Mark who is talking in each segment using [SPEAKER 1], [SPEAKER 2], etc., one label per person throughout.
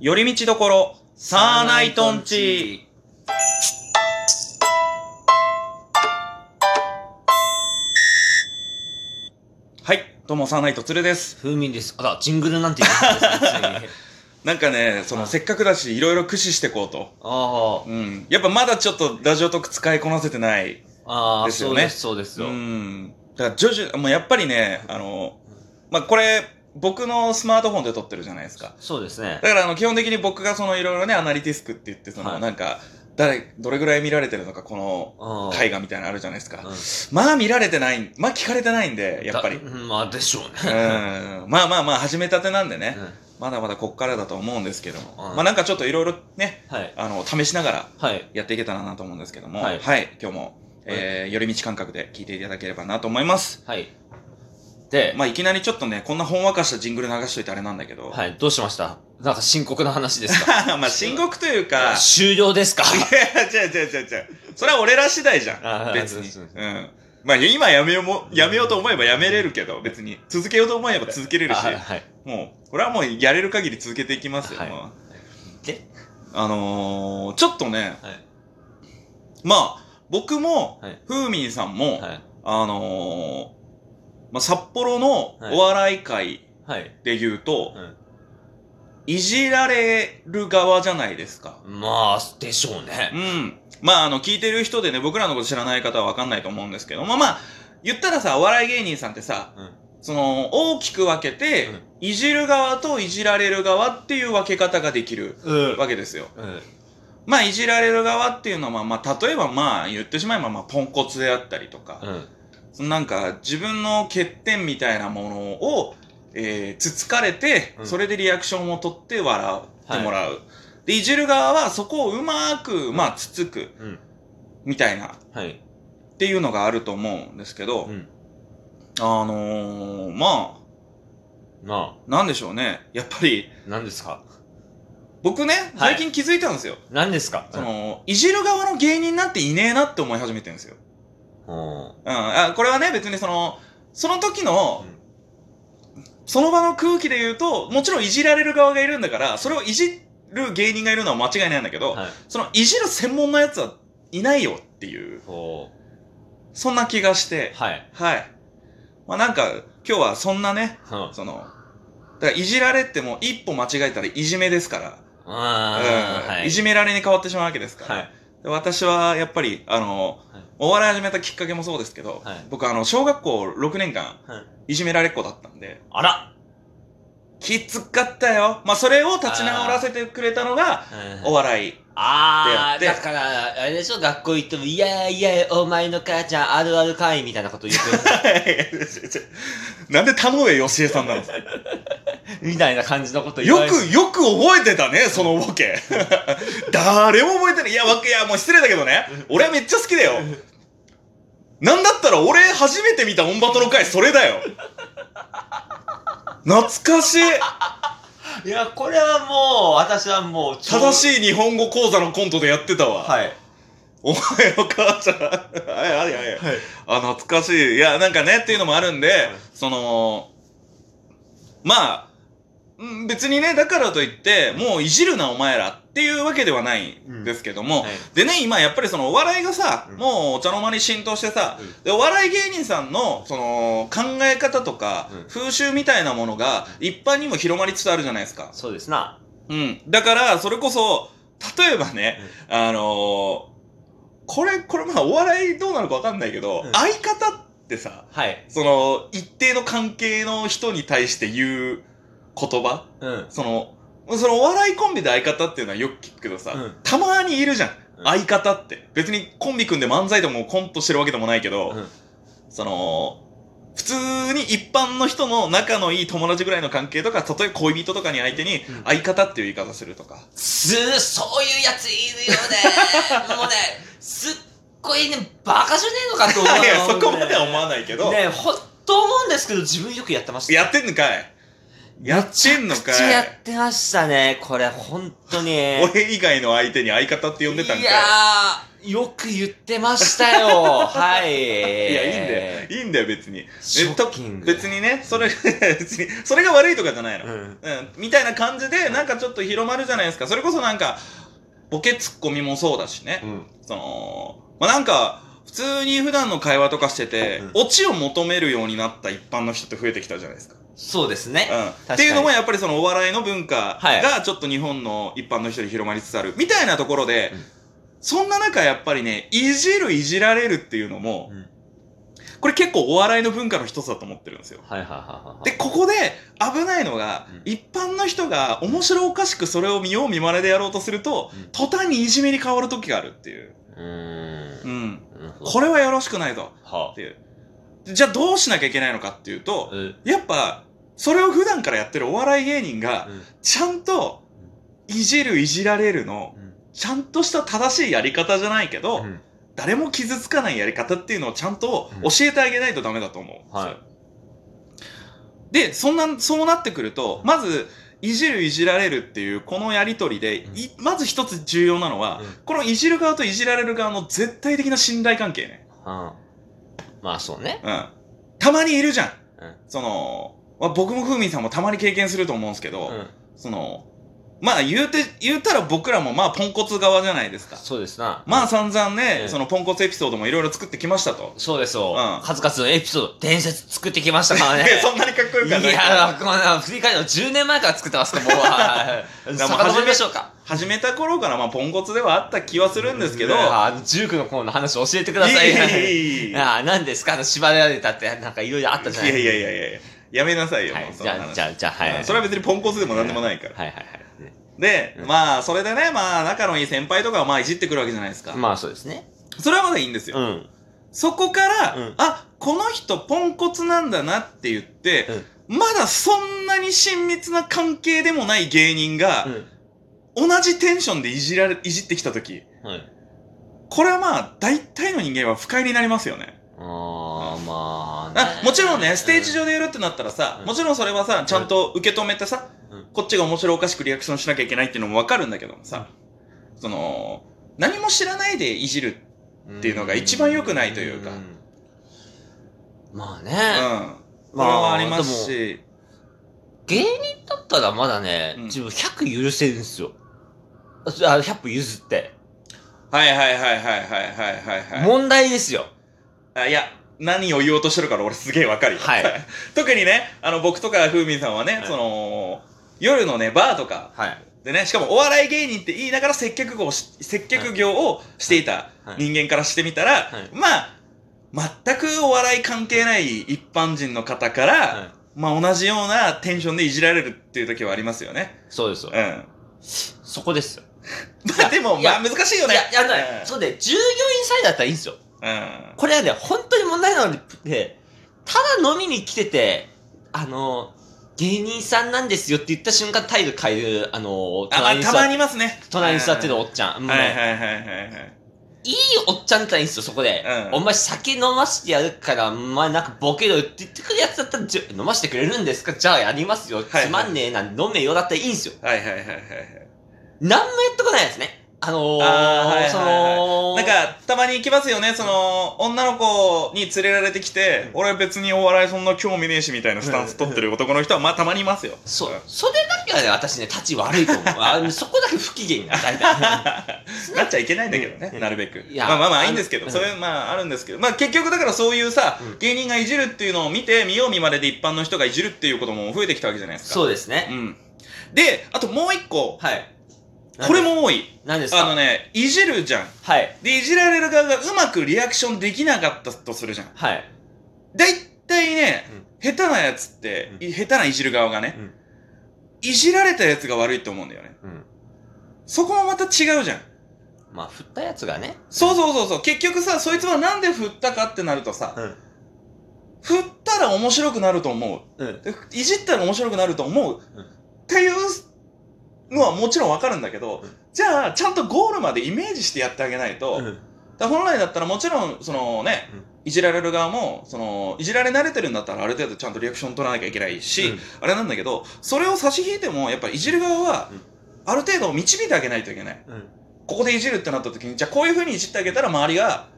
[SPEAKER 1] 寄り道どころ、サーナイトンチ。はい、どうもサーナイトつるです。
[SPEAKER 2] 風味です。あら、ジングルなんて言ってたんですね
[SPEAKER 1] なんかね、その
[SPEAKER 2] あ
[SPEAKER 1] せっかくだし、いろいろ駆使してこうと。
[SPEAKER 2] あ
[SPEAKER 1] うん。やっぱまだちょっとラジオトーク使いこなせてない。
[SPEAKER 2] あ、あ
[SPEAKER 1] で
[SPEAKER 2] あ、
[SPEAKER 1] す
[SPEAKER 2] そ
[SPEAKER 1] よ
[SPEAKER 2] う
[SPEAKER 1] ね
[SPEAKER 2] です、そうです
[SPEAKER 1] う
[SPEAKER 2] よ。
[SPEAKER 1] ん。だから徐々に、もうやっぱりね、あの、まあ、これ、僕のスマートフォンで撮ってるじゃないですか。
[SPEAKER 2] そうですね
[SPEAKER 1] だ。からあの基本的に僕がそのいろいろねアナリティスクって言ってその、
[SPEAKER 2] はい
[SPEAKER 1] なんか誰どれぐらい見られてるのかこ
[SPEAKER 2] あ
[SPEAKER 1] の
[SPEAKER 2] ー
[SPEAKER 1] 絵画みたいなのあるじゃないですか、
[SPEAKER 2] うん
[SPEAKER 1] まあ見られてないまあ聞かれてないんでやっぱり
[SPEAKER 2] だうんまあ、でしょう
[SPEAKER 1] うん
[SPEAKER 2] ね。
[SPEAKER 1] まあまあまあ始めたてなんでね、
[SPEAKER 2] うん
[SPEAKER 1] まだまだこっからだと思うんですけども、
[SPEAKER 2] うん
[SPEAKER 1] まあなんかちょっといろいろね
[SPEAKER 2] はい。
[SPEAKER 1] あの試しながら
[SPEAKER 2] はい。
[SPEAKER 1] やっていけたらなと思うんですけどもは、
[SPEAKER 2] はいい
[SPEAKER 1] 今日も、えー寄り道感覚で聞いていただければなと思います
[SPEAKER 2] はい。で、
[SPEAKER 1] まあいきなりちょっとねこんなほんわかしたジングル流しといてあれなんだけど、
[SPEAKER 2] はい、どうしましたなんか深刻な話ですか
[SPEAKER 1] まあ深刻というか
[SPEAKER 2] 終了ですか
[SPEAKER 1] いや、違う違う違う違う。それは俺ら次第じゃ
[SPEAKER 2] あ
[SPEAKER 1] ん。
[SPEAKER 2] ー
[SPEAKER 1] 別に。
[SPEAKER 2] そうそう
[SPEAKER 1] う
[SPEAKER 2] そ
[SPEAKER 1] ん。まあ今やめようも、やめようと思えばやめれるけど、別に続けようと思えば続けれるし
[SPEAKER 2] あ、はい。
[SPEAKER 1] もう、これはもうやれる限り続けていきますよ。
[SPEAKER 2] はい
[SPEAKER 1] ま
[SPEAKER 2] で、
[SPEAKER 1] ああのー、ちょっとね、
[SPEAKER 2] はい。
[SPEAKER 1] まあ、僕も
[SPEAKER 2] はい、
[SPEAKER 1] ふうみんさんも、
[SPEAKER 2] はい。
[SPEAKER 1] あのー、まあ、札幌の
[SPEAKER 2] はい
[SPEAKER 1] お笑い界
[SPEAKER 2] はい。
[SPEAKER 1] で言うと、
[SPEAKER 2] うん
[SPEAKER 1] い、じられる側じゃないですか。
[SPEAKER 2] まあ、でしょう
[SPEAKER 1] う
[SPEAKER 2] ね。
[SPEAKER 1] ん。まあ、あの、聞いてる人でね、僕らのこと知らない方はわかんないと思うんですけども、まあ、言ったらさ、お笑い芸人さんってさ、
[SPEAKER 2] うん
[SPEAKER 1] その、大きく分けて、
[SPEAKER 2] うん
[SPEAKER 1] いじる側といじられる側っていう分け方ができる
[SPEAKER 2] うん。
[SPEAKER 1] わけですよ。
[SPEAKER 2] うん。
[SPEAKER 1] まあ、いじられる側っていうのは、まあ、例えば、まあ、言ってしまえば、まあ、ポンコツであったりとか、
[SPEAKER 2] うん。
[SPEAKER 1] そのなんか、自分の欠点みたいなものを、えー、つつかれて、
[SPEAKER 2] うん
[SPEAKER 1] それでリアクションを取って笑ってもらう。で、いじる側は、そこをうまく、まあ、つつく、
[SPEAKER 2] うん。
[SPEAKER 1] みたいな。
[SPEAKER 2] はい。
[SPEAKER 1] っていうのがあると思うんですけど、
[SPEAKER 2] うん。
[SPEAKER 1] あのー、ま
[SPEAKER 2] ま
[SPEAKER 1] あ、なんでしょうね。やっぱり、
[SPEAKER 2] あ、何ですか
[SPEAKER 1] 僕ね、
[SPEAKER 2] はい
[SPEAKER 1] 最近気づいたんですよ。
[SPEAKER 2] 何ですか
[SPEAKER 1] その、いじる側の芸人なんていねえなって思い始めてるんですよ。
[SPEAKER 2] うん。
[SPEAKER 1] うん。あ、これはね、別にその、その時の
[SPEAKER 2] うん、
[SPEAKER 1] その場の空気で言うと、もちろんいじられる側がいるんだから、それをいじる芸人がいるのは間違いないんだけど、
[SPEAKER 2] はい。
[SPEAKER 1] その、いじる専門のやつはいないよっていう、
[SPEAKER 2] こ
[SPEAKER 1] そんな気がして
[SPEAKER 2] う。、はい。
[SPEAKER 1] はい。まあなんか、今日はそんなね、
[SPEAKER 2] うん。
[SPEAKER 1] その、だからいじられっても一歩間違えたらいじめですから、
[SPEAKER 2] あ
[SPEAKER 1] うん
[SPEAKER 2] ーはい
[SPEAKER 1] じめられに変わってしまうわけですから、
[SPEAKER 2] はい。
[SPEAKER 1] で私はやっぱり、あの、
[SPEAKER 2] はい
[SPEAKER 1] お笑い始めたきっかけもそうですけど、
[SPEAKER 2] はい
[SPEAKER 1] 僕あの、小学校6年間、
[SPEAKER 2] はい
[SPEAKER 1] いじめられっ子だったんで、
[SPEAKER 2] あら
[SPEAKER 1] きつかったよ。まあ、それを立ち直らせてくれたのが、お笑い。
[SPEAKER 2] あ
[SPEAKER 1] って
[SPEAKER 2] ー、
[SPEAKER 1] やっ
[SPEAKER 2] だ
[SPEAKER 1] て
[SPEAKER 2] から、あれでしょ、学校行っても、いやいや、お前の母ちゃんあるあるかいみたいなこと言って
[SPEAKER 1] なんで田上義恵さんなの
[SPEAKER 2] るみたいな感じのこと言
[SPEAKER 1] よ
[SPEAKER 2] われて
[SPEAKER 1] く、よく覚えてたね、そのボケ。 誰も覚えてない。いや、わけ、いや、もう失礼だけどね。俺はめっちゃ好きだよ。なんだったら俺初めて見たオンバトの回それだよ。懐かしい。
[SPEAKER 2] いや、これはもう、私はもう、
[SPEAKER 1] 正
[SPEAKER 2] い。
[SPEAKER 1] しい日本語講座のコントでやってたわ。
[SPEAKER 2] はい。
[SPEAKER 1] お前お母ちゃん。はいはいはい。
[SPEAKER 2] はい。
[SPEAKER 1] あ、懐かしい。いや、なんかね、っていうのもあるんで、その、まあ、うん別にね、だからといって、もういじるなお前らっていうわけではないんですけども、
[SPEAKER 2] はい
[SPEAKER 1] でね、今やっぱりそのお笑いがさ、
[SPEAKER 2] うん
[SPEAKER 1] もうお茶の間に浸透してさ、
[SPEAKER 2] うん
[SPEAKER 1] で、お笑い芸人さんの、その、考え方とか、
[SPEAKER 2] うん
[SPEAKER 1] 風習みたいなものが、一般にも広まりつつあるじゃないですか。
[SPEAKER 2] そうですな。
[SPEAKER 1] うん。だから、それこそ、例えばね、あのー、これ、これまあお笑いどうなのかわかんないけど、
[SPEAKER 2] うん
[SPEAKER 1] 相方ってさ、
[SPEAKER 2] はい。
[SPEAKER 1] その、一定の関係の人に対して言う言葉
[SPEAKER 2] うん。
[SPEAKER 1] その、そのお笑いコンビで相方っていうのはよく聞くけどさ、
[SPEAKER 2] うん
[SPEAKER 1] たまにいるじゃん。
[SPEAKER 2] うん
[SPEAKER 1] 相方って。別にコンビ組んで漫才でもコントしてるわけでもないけど、
[SPEAKER 2] うん
[SPEAKER 1] その、普通に一般の人の仲のいい友達ぐらいの関係とか、例えば恋人とかに相手に
[SPEAKER 2] うん
[SPEAKER 1] 相方っていう言い方すると か。
[SPEAKER 2] すー、そういうやついるよね。もうね、すっごいね、バカじゃねえのかと思う よ。
[SPEAKER 1] いや、そこまでは思
[SPEAKER 2] わ
[SPEAKER 1] わないけど、
[SPEAKER 2] ね、ほんと思うんですけど、自分よくやってました。
[SPEAKER 1] やってんのかいやってんのか
[SPEAKER 2] 口やっ
[SPEAKER 1] い
[SPEAKER 2] てましたね、これ、本当に。
[SPEAKER 1] 俺以外の相手に相方って呼んでたんかい
[SPEAKER 2] いやー、よく言ってました よ。はい。い
[SPEAKER 1] いや、いいんだよ。。いいんだよ、別に。
[SPEAKER 2] ショッキング。
[SPEAKER 1] 別にね、それ、 別に、それが悪いとかじゃないの。
[SPEAKER 2] う
[SPEAKER 1] うん。
[SPEAKER 2] ん。
[SPEAKER 1] みたいな感じで、なんかちょっと広まるじゃないですか。それこそなんか、ボケツッコミもそうだしね。
[SPEAKER 2] うん。
[SPEAKER 1] その、まあ、なんか、普通に普段の会話とかしてて、
[SPEAKER 2] う
[SPEAKER 1] オチを求めるようになった一般の人って増えてきたじゃないですか。
[SPEAKER 2] そうですね。
[SPEAKER 1] うん。
[SPEAKER 2] かに
[SPEAKER 1] っていうのもやっぱりそのお笑いの文化
[SPEAKER 2] はい
[SPEAKER 1] がちょっと日本の一般の人に広まりつつあるみたいなところで、
[SPEAKER 2] うん
[SPEAKER 1] そんな中やっぱりね、いじるいじられるっていうのも、
[SPEAKER 2] うん
[SPEAKER 1] これ結構お笑いの文化の一つだと思ってるんですよ。
[SPEAKER 2] はいはいはいはい。
[SPEAKER 1] で、、ここで危ないのが、
[SPEAKER 2] うん
[SPEAKER 1] 一般の人が面白おかしくそれを見よう見まねでやろうとすると、
[SPEAKER 2] うん
[SPEAKER 1] 途端にいじめに変わる時があるっていう。
[SPEAKER 2] うー。
[SPEAKER 1] うんん。
[SPEAKER 2] なるほど
[SPEAKER 1] これはよろしくないぞ
[SPEAKER 2] は
[SPEAKER 1] っていう。じゃあどうしなきゃいけないのかっていう
[SPEAKER 2] あ
[SPEAKER 1] と、
[SPEAKER 2] うん。
[SPEAKER 1] やっぱ、それを普段からやってるお笑い芸人が、ちゃんと、いじるいじられるの、ちゃんとした正しいやり方じゃないけど、
[SPEAKER 2] うん
[SPEAKER 1] 誰も傷つかないやり方っていうのをちゃんと
[SPEAKER 2] うん
[SPEAKER 1] 教えてあげないとダメだと思う。
[SPEAKER 2] はい
[SPEAKER 1] で、そんな、そうなってくると
[SPEAKER 2] う、ん
[SPEAKER 1] まず、いじるいじられるっていう、このやりとりで、いまず一つ重要なのは、
[SPEAKER 2] うん
[SPEAKER 1] このいじる側といじられる側の絶対的な信頼関係ね。
[SPEAKER 2] うんまあそうね。
[SPEAKER 1] うん。たまにいるじゃん。
[SPEAKER 2] うん
[SPEAKER 1] その、まあ僕もふうみんさんもたまに経験すると思うんですけど、
[SPEAKER 2] うん。
[SPEAKER 1] その、まあ言うて、言うたら僕らもまあポンコツ側じゃないですか。
[SPEAKER 2] そうですな。
[SPEAKER 1] まあ散々ね、
[SPEAKER 2] ええ
[SPEAKER 1] そのポンコツエピソードもいろいろ作ってきましたと。
[SPEAKER 2] そうですよ
[SPEAKER 1] うん。。
[SPEAKER 2] 数々のエピソード、伝説作ってきましたからね
[SPEAKER 1] そんなにかっこよ
[SPEAKER 2] い
[SPEAKER 1] くはない。
[SPEAKER 2] や、この振り返るの10年前から作ってますから、もうはい。
[SPEAKER 1] でも
[SPEAKER 2] 遡りましょうか。
[SPEAKER 1] 始めた頃からまあポンコツではあった気はするんですけど、
[SPEAKER 2] いやあの、ジュークのコーナーの話教えてください。
[SPEAKER 1] いやいやいやいや
[SPEAKER 2] ああ、何ですかあの、縛られたって、なんかいろいろあった
[SPEAKER 1] い
[SPEAKER 2] じゃない
[SPEAKER 1] やいやいやいやいや、やめなさいよ、
[SPEAKER 2] は
[SPEAKER 1] もう
[SPEAKER 2] い、
[SPEAKER 1] そ
[SPEAKER 2] じ
[SPEAKER 1] んな
[SPEAKER 2] ゃあ、
[SPEAKER 1] 話
[SPEAKER 2] じゃあ、じゃあ、は
[SPEAKER 1] うん
[SPEAKER 2] い。
[SPEAKER 1] それは別にポンコツでも何でもないから。
[SPEAKER 2] はいはいはいね。
[SPEAKER 1] で、
[SPEAKER 2] うん
[SPEAKER 1] まあそれでね、まあ仲のいい先輩とかはまあいじってくるわけじゃないですか。
[SPEAKER 2] まあそうですね。
[SPEAKER 1] それはまだいいんですよ。
[SPEAKER 2] うん。
[SPEAKER 1] そこから、
[SPEAKER 2] うん
[SPEAKER 1] あ、この人ポンコツなんだなって言って、まだそんなに親密な関係でもない芸人が、
[SPEAKER 2] う
[SPEAKER 1] 同じテンションでいじられ、いじってきたとき、
[SPEAKER 2] ん。はい。
[SPEAKER 1] これはまあ、大体の人間は不快になりますよね。
[SPEAKER 2] ああ、まあ、
[SPEAKER 1] あもちろんね、ステージ上でやるってなったらさ、
[SPEAKER 2] うん
[SPEAKER 1] もちろんそれはさ、ちゃんと受け止めてさ、
[SPEAKER 2] うん
[SPEAKER 1] こっちが面白おかしくリアクションしなきゃいけないっていうのもわかるんだけどもさ、その、何も知らないでいじる。っていうのが一番良くないというか
[SPEAKER 2] ん。まあね。
[SPEAKER 1] うん。これはあります
[SPEAKER 2] でも
[SPEAKER 1] し、
[SPEAKER 2] 芸人だったらまだね、
[SPEAKER 1] うん
[SPEAKER 2] 自分100許せるんですよ。あ、そあ100歩譲って。
[SPEAKER 1] はいはいはいはいはいはいはいはい。
[SPEAKER 2] 問題ですよ。
[SPEAKER 1] あいや、何を言おうとしてるから俺すげえわかるよ。
[SPEAKER 2] はい
[SPEAKER 1] 特にね、あの、僕とかふうみんさんはね、
[SPEAKER 2] い
[SPEAKER 1] その、夜のね、バーとか
[SPEAKER 2] はい。
[SPEAKER 1] でね、しかもお笑い芸人って言いながら接客業をし、接客業をしていた
[SPEAKER 2] はい
[SPEAKER 1] 人間からしてみたら、
[SPEAKER 2] はい
[SPEAKER 1] まあ、全くお笑い関係ない一般人の方から、
[SPEAKER 2] はい。
[SPEAKER 1] まあ同じようなテンションでいじられるっていう時はありますよね。
[SPEAKER 2] そうです
[SPEAKER 1] うん
[SPEAKER 2] よ。。そこですよ。
[SPEAKER 1] まあでも、
[SPEAKER 2] い
[SPEAKER 1] まあ
[SPEAKER 2] や
[SPEAKER 1] 難しいよね。
[SPEAKER 2] いや、やんない。
[SPEAKER 1] うん
[SPEAKER 2] そうで、従業員さえだったらいいんですよ。
[SPEAKER 1] うん。
[SPEAKER 2] これはね、本当に問題なので、ただ飲みに来てて、あの、芸人さんなんですよって言った瞬間態度変える、あの、
[SPEAKER 1] あ、まあ
[SPEAKER 2] 隣に座
[SPEAKER 1] たまにいますね。
[SPEAKER 2] 隣に座ってる
[SPEAKER 1] は
[SPEAKER 2] おっちゃん。
[SPEAKER 1] い
[SPEAKER 2] もう
[SPEAKER 1] はい
[SPEAKER 2] ね
[SPEAKER 1] はいはいはい。
[SPEAKER 2] いいおっちゃんだったらいいんですよ、そこで。
[SPEAKER 1] うん
[SPEAKER 2] お前酒飲ましてやるから、お前なんかボケろよって言ってくるやつだったら、じゃ飲ましてくれるんですかじゃあやりますよ。
[SPEAKER 1] はい
[SPEAKER 2] つまんねえな、飲めよだったらいいんですよ。
[SPEAKER 1] はいはいはいはいはい。
[SPEAKER 2] なんもやってこないですね。あのー、
[SPEAKER 1] あーはいはいはい
[SPEAKER 2] その、
[SPEAKER 1] なんか、たまに行きますよね、その、女の子に連れられてきて、
[SPEAKER 2] うん
[SPEAKER 1] 俺別にお笑いそんな興味ねえしみたいなスタンス取ってる男の人は、まあたまにいますよ。
[SPEAKER 2] そう
[SPEAKER 1] うん。
[SPEAKER 2] それだけはね、私ね、立ち悪いと思う。あ のそこだけ不機嫌になる、大体。
[SPEAKER 1] なっちゃいけないんだけどね、
[SPEAKER 2] うん
[SPEAKER 1] なるべく。
[SPEAKER 2] いや
[SPEAKER 1] まあまあまあいいんですけ
[SPEAKER 2] あ
[SPEAKER 1] ど、
[SPEAKER 2] の
[SPEAKER 1] それまああるんですけど、まあ結局だからそういうさ、
[SPEAKER 2] うん
[SPEAKER 1] 芸人がいじるっていうのを見て、見よう見まねで一般の人がいじるっていうことも増えてきたわけじゃないですか。
[SPEAKER 2] そうですね。
[SPEAKER 1] うん。で、あともう一個、
[SPEAKER 2] はい。
[SPEAKER 1] これも多い。
[SPEAKER 2] 何ですか
[SPEAKER 1] あのね、いじるじゃん。
[SPEAKER 2] はい。
[SPEAKER 1] で、いじられる側がうまくリアクションできなかったとするじゃん。
[SPEAKER 2] はい。
[SPEAKER 1] 大体ね、下手なやつって、
[SPEAKER 2] う
[SPEAKER 1] い下手ないじる側がね、
[SPEAKER 2] うん
[SPEAKER 1] いじられたやつが悪いと思うんだよね。
[SPEAKER 2] うん。
[SPEAKER 1] そこもまた違うじゃん。
[SPEAKER 2] まあ、振ったやつがね。
[SPEAKER 1] そうそうそうそう。結局さ、そいつはなんで振ったかってなるとさ、
[SPEAKER 2] うん。
[SPEAKER 1] 振ったら面白くなると思
[SPEAKER 2] うん。
[SPEAKER 1] う。でいじったら面白くなると思う。
[SPEAKER 2] うん
[SPEAKER 1] っていうのはもちろんわかるんだけど、
[SPEAKER 2] うん
[SPEAKER 1] じゃあ、ちゃんとゴールまでイメージしてやってあげないと、
[SPEAKER 2] うん。
[SPEAKER 1] だから本来だったらもちろん、そのね、
[SPEAKER 2] うん
[SPEAKER 1] いじられる側も、その、いじられ慣れてるんだったらある程度ちゃんとリアクション取らなきゃいけないし、
[SPEAKER 2] うん
[SPEAKER 1] あれなんだけど、それを差し引いても、やっぱいじる側は
[SPEAKER 2] うん、
[SPEAKER 1] ある程度導いてあげないといけない。
[SPEAKER 2] うん。
[SPEAKER 1] ここでいじるってなった時に、じゃあこういう風にいじってあげたら周りが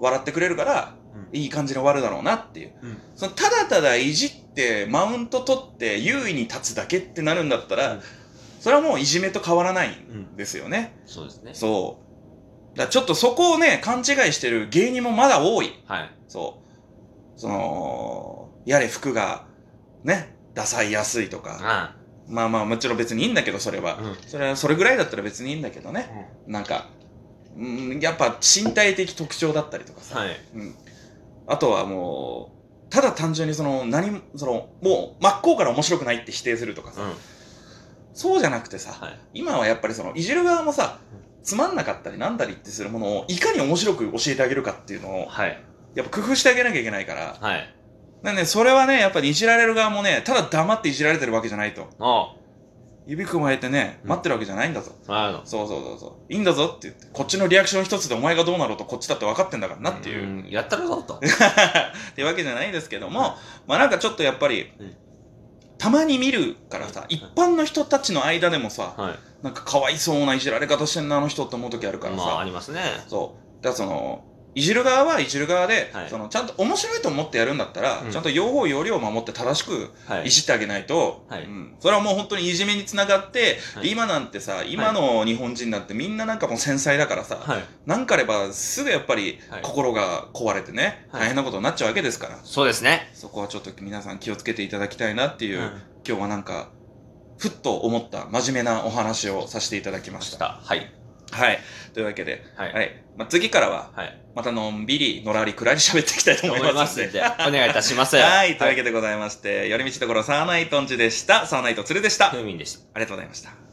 [SPEAKER 1] 笑ってくれるから、いい感じに終わるだろうなっていう。
[SPEAKER 2] うん
[SPEAKER 1] そのただただいじって、マウント取って優位に立つだけってなるんだったら、
[SPEAKER 2] うん
[SPEAKER 1] それはもういじめと変わらないん
[SPEAKER 2] うん
[SPEAKER 1] ですよね。
[SPEAKER 2] そうですね
[SPEAKER 1] そう。だからちょっとそこをね、勘違いしてる芸人もまだ多い。
[SPEAKER 2] はい
[SPEAKER 1] そう。その、やれ服が、ね、ダサい安いとか。
[SPEAKER 2] あ
[SPEAKER 1] まあまあ、もちろん別にいいんだけど、それ
[SPEAKER 2] あ
[SPEAKER 1] は。
[SPEAKER 2] うん
[SPEAKER 1] それは、それぐらいだったら別にいいんだけどね。なんか、うん、やっぱ身体的特徴だったりとかさ。
[SPEAKER 2] はい
[SPEAKER 1] うん。あとはもう、ただ単純にその、何も、その、もう、真っ向から面白くないって否定するとか
[SPEAKER 2] う
[SPEAKER 1] さ。
[SPEAKER 2] ん
[SPEAKER 1] そうじゃなくてさ、
[SPEAKER 2] はい
[SPEAKER 1] 今はやっぱりそのいじる側もさつまんなかったりなんだりってするものをいかに面白く教えてあげるかっていうのを
[SPEAKER 2] はい
[SPEAKER 1] やっぱ工夫してあげなきゃいけないから
[SPEAKER 2] はい
[SPEAKER 1] なんでねそれはねやっぱりいじられる側もねただ黙っていじられてるわけじゃないと
[SPEAKER 2] あ
[SPEAKER 1] 指くまえてね
[SPEAKER 2] うん
[SPEAKER 1] 待ってるわけじゃないんだぞ、
[SPEAKER 2] ああの
[SPEAKER 1] そうそうそうそういいんだぞって言ってこっちのリアクション一つでお前がどうなろうとこっちだって分かってんだからなっていう、
[SPEAKER 2] んやったらどうと
[SPEAKER 1] ってわけじゃないですけども、まあなんかちょっとやっぱり、
[SPEAKER 2] うん
[SPEAKER 1] たまに見るからさ、
[SPEAKER 2] うん
[SPEAKER 1] 一般の人たちの間でもさ、
[SPEAKER 2] はい
[SPEAKER 1] なんかかわいそうないじられ方してんなあの人って思う時あるからさ、
[SPEAKER 2] まあありますね
[SPEAKER 1] そうだからそのいじる側はいじる側で、
[SPEAKER 2] はい
[SPEAKER 1] そのちゃんと面白いと思ってやるんだったら、
[SPEAKER 2] うん
[SPEAKER 1] ちゃんと用法用量を守って正しく
[SPEAKER 2] はいい
[SPEAKER 1] じってあげないと、
[SPEAKER 2] はい
[SPEAKER 1] うんそれはもう本当にいじめにつながって、
[SPEAKER 2] はい
[SPEAKER 1] で今なんてさ今の日本人なんてみんななんかもう繊細だからさ、
[SPEAKER 2] はい
[SPEAKER 1] なんかあればすぐやっぱり
[SPEAKER 2] はい
[SPEAKER 1] 心が壊れてね、
[SPEAKER 2] はい
[SPEAKER 1] 大変なことになっちゃうわけですから、
[SPEAKER 2] そうですね
[SPEAKER 1] そこはちょっと皆さん気をつけていただきたいなっていう、
[SPEAKER 2] うん
[SPEAKER 1] 今日はなんかふっと思った真面目なお話をさせていただきま
[SPEAKER 2] ま
[SPEAKER 1] し。
[SPEAKER 2] したたはい
[SPEAKER 1] はい。というわけで、
[SPEAKER 2] はい
[SPEAKER 1] はい。まあ、次からは、
[SPEAKER 2] はい
[SPEAKER 1] またのんびり、のらりくらり喋っていきたいと思
[SPEAKER 2] 思
[SPEAKER 1] い
[SPEAKER 2] い
[SPEAKER 1] ま
[SPEAKER 2] ますす
[SPEAKER 1] の
[SPEAKER 2] ん
[SPEAKER 1] で。
[SPEAKER 2] でお願いいたします
[SPEAKER 1] はい。というわ
[SPEAKER 2] はい
[SPEAKER 1] けでございまして、寄り道ところサーナイトンチでした。サーナイトツルでした。あ
[SPEAKER 2] ふ
[SPEAKER 1] り
[SPEAKER 2] うみんでした
[SPEAKER 1] がとうございました。